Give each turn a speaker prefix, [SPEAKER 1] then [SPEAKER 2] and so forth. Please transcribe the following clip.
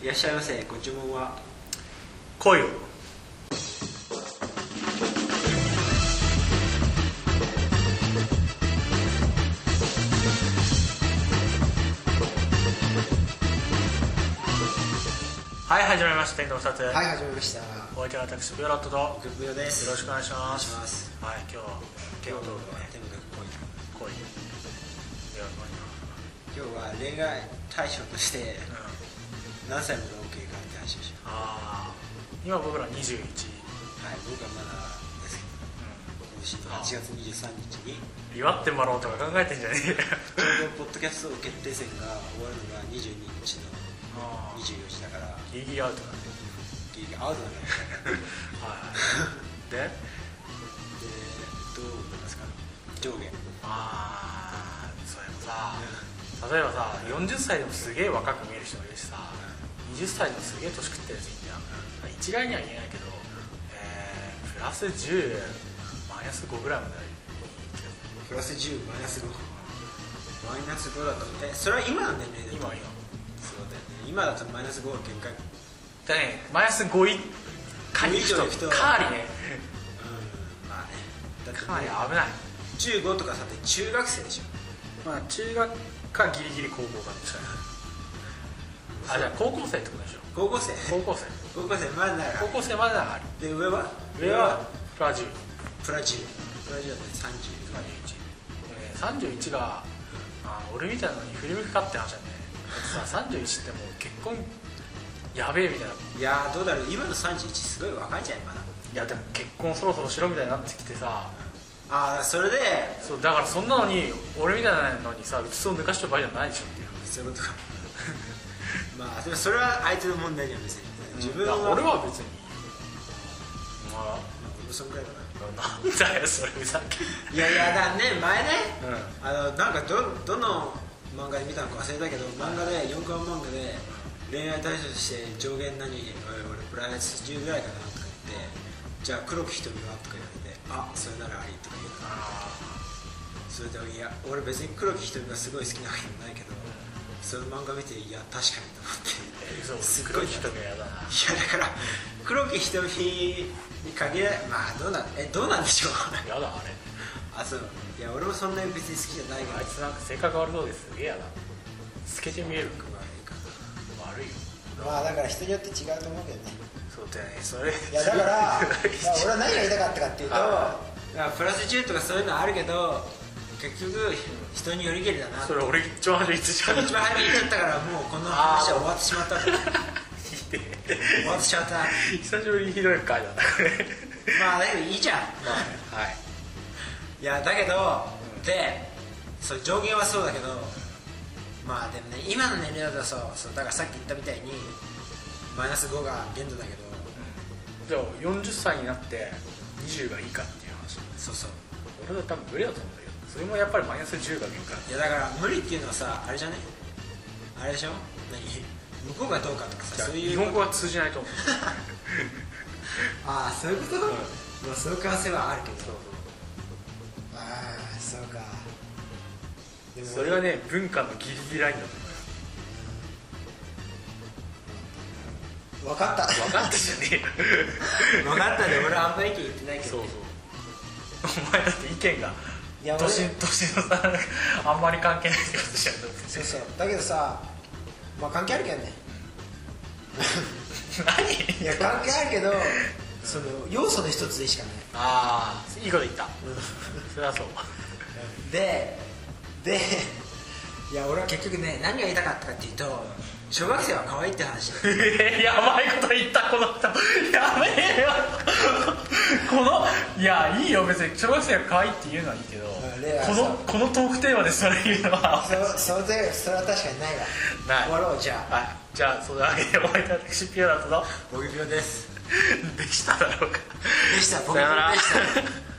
[SPEAKER 1] いらっしゃいませご注文は
[SPEAKER 2] 恋をはい始まりました天童撮影、
[SPEAKER 1] はい始まりました
[SPEAKER 2] お相手は私ビオラットとよ
[SPEAKER 1] グップヨです
[SPEAKER 2] ろしくお願いし
[SPEAKER 1] お願
[SPEAKER 2] ま
[SPEAKER 1] いし
[SPEAKER 2] す
[SPEAKER 1] ます
[SPEAKER 2] はい今日は手を取るね
[SPEAKER 1] テーマが恋
[SPEAKER 2] 恋いやま
[SPEAKER 1] 今日は恋愛対象として
[SPEAKER 2] あな、うん、
[SPEAKER 1] 何歳まで OK かって話をしよ
[SPEAKER 2] ああ今僕ら21、うん、
[SPEAKER 1] うはい僕はまだですけど今年の8月23日に
[SPEAKER 2] 祝ってもらおうとか考えてんじゃね えよ
[SPEAKER 1] ちょうどポッドキャスト決定戦が終わるのが22日の
[SPEAKER 2] ああ
[SPEAKER 1] 24時だから
[SPEAKER 2] ギリギリアウトなんで
[SPEAKER 1] ギリギリアウトなんだよ
[SPEAKER 2] はいで
[SPEAKER 1] でどう思いますか上下
[SPEAKER 2] ああそれもさ例えばさ40歳でもすげえ若く見える人もいるしさ20歳でもすげえ年食ってる人いるじゃんだから一概には言えないけど、えー、プラス10マイナス5ぐらいまではいい
[SPEAKER 1] プ
[SPEAKER 2] 気が
[SPEAKER 1] ラス10マイナス5マイナス5だとえそれは今の年齢だと
[SPEAKER 2] する今は今
[SPEAKER 1] そうだよね今だとマイナス5は限界
[SPEAKER 2] だねマイナス5以下に行
[SPEAKER 1] 5以上
[SPEAKER 2] く
[SPEAKER 1] 行く
[SPEAKER 2] と
[SPEAKER 1] と
[SPEAKER 2] かなりね
[SPEAKER 1] うんまあねだっても
[SPEAKER 2] かなり危ない
[SPEAKER 1] 15
[SPEAKER 2] う
[SPEAKER 1] とかさって中学生でしょ
[SPEAKER 2] まあ中学かギリギリ高校かみたいなあじゃあ高校生ってことでしょ
[SPEAKER 1] 高校生
[SPEAKER 2] 高校生
[SPEAKER 1] 高校生まだなら
[SPEAKER 2] 高校生までならあり
[SPEAKER 1] で上は
[SPEAKER 2] 上はプラ10
[SPEAKER 1] プラ10プラ10だって30
[SPEAKER 2] 31ね31があ俺みたいなのに振り向くかって話だねだってさ31ってもう結婚やべえみたいない
[SPEAKER 1] いやーどうだろう今の31すごい若いじゃんまだ
[SPEAKER 2] やでも結婚そろそろしろみたいになってきてさ
[SPEAKER 1] ああそれで
[SPEAKER 2] そうだからそんなのに俺みたいなのにさうつつを抜かしてる場合じゃないでしょっていう
[SPEAKER 1] そういうことか まあでもそれは相手の問題には別に自分は、
[SPEAKER 2] だから俺は別にまあ
[SPEAKER 1] まあ僕もそんくらいだな
[SPEAKER 2] なんだよそれふざけ
[SPEAKER 1] いやいやだね前ね
[SPEAKER 2] うん
[SPEAKER 1] あのなんかどどの漫画で見たのか忘れたけど漫画で4巻漫画で恋愛対象として上限何おい俺プライス10ぐらいかなとか言ってじゃあ黒木瞳はとか言われてあそれならありとか言うからそれでいや俺別に黒木瞳がすごい好きなわけじゃないけどその漫画見ていや確かにと思ってすっごい
[SPEAKER 2] 人が嫌だない
[SPEAKER 1] やだから黒木瞳に限らないまあどうなんえどうなんでしょう
[SPEAKER 2] 嫌だあれ
[SPEAKER 1] あそういや俺もそんなに別に好きじゃないけど
[SPEAKER 2] あいつなんか性格悪そうですげえ嫌だ透けて見える
[SPEAKER 1] 悪いか
[SPEAKER 2] 悪いよ
[SPEAKER 1] なまあだから人によって違うと思うけどね
[SPEAKER 2] そうだよねそれ
[SPEAKER 3] いやだからだから
[SPEAKER 2] い
[SPEAKER 3] 俺は何が言いたかったかっていうと
[SPEAKER 2] あ
[SPEAKER 1] プラス10とかそういうのあるけど結局人によりけりだな
[SPEAKER 2] それ俺一番初め一じゃん
[SPEAKER 1] 一番早めに言っちゃったからもうこの話は終わってしまった終
[SPEAKER 2] ひで
[SPEAKER 1] わってしまった
[SPEAKER 2] え久しぶりにひどい回だなこれ
[SPEAKER 1] まあだけどいいじゃん
[SPEAKER 2] まあはい
[SPEAKER 1] いやだけどでそう上限はそうだけどまあでもね今の年齢だとそうそうだからさっき言ったみたいにマイナス5が限度だけど
[SPEAKER 2] じゃあ40歳になって20がいいかっていう話
[SPEAKER 1] そうそう
[SPEAKER 2] 俺は多分無理だと思うんだけどそれもやっぱりマイナス10が限界
[SPEAKER 1] いやだから無理っていうのはさあれじゃねあれでしょ何向こうがどうかとかさそうい
[SPEAKER 2] 日
[SPEAKER 1] う
[SPEAKER 2] 本語は通じないと思う
[SPEAKER 1] ああそういうこと、まあそういう可能性はあるけど
[SPEAKER 3] ああそうかでも
[SPEAKER 2] それがね文化のギリギリラインだと思う
[SPEAKER 3] 分かった
[SPEAKER 2] 分かったじゃねえよ
[SPEAKER 1] 分かったね俺あんまり意見言ってないけ
[SPEAKER 2] そ
[SPEAKER 1] ど
[SPEAKER 2] うそうお前だって意見が
[SPEAKER 3] いや俺
[SPEAKER 2] 年年のさあんまり関係ないってことじゃん
[SPEAKER 3] そうそうだけどさまあ関係あるけど ねい
[SPEAKER 2] 何
[SPEAKER 3] や関係あるけどその要素の一つでしかない
[SPEAKER 2] ああいいこと言ったそりゃそう
[SPEAKER 1] ででいや俺は結局ね何が言いたかったかっていうと小学生は可愛いって話
[SPEAKER 2] えーやばいこと言ったこの人やべえよこのいやいいよ別に小学生が可愛いって言うのはいいけど
[SPEAKER 3] んレア
[SPEAKER 2] こ
[SPEAKER 3] さ
[SPEAKER 2] のこのトークテーマでそれ言うのは
[SPEAKER 3] そそれそれは確かにないわ
[SPEAKER 2] ない
[SPEAKER 3] 終わろうじゃあ
[SPEAKER 2] はいじゃあそれだけでお会いいただきしピュアだとの
[SPEAKER 1] ボケ病です
[SPEAKER 2] できただろうか
[SPEAKER 1] でしたボケ
[SPEAKER 2] さよな
[SPEAKER 1] 病
[SPEAKER 2] ら
[SPEAKER 1] でした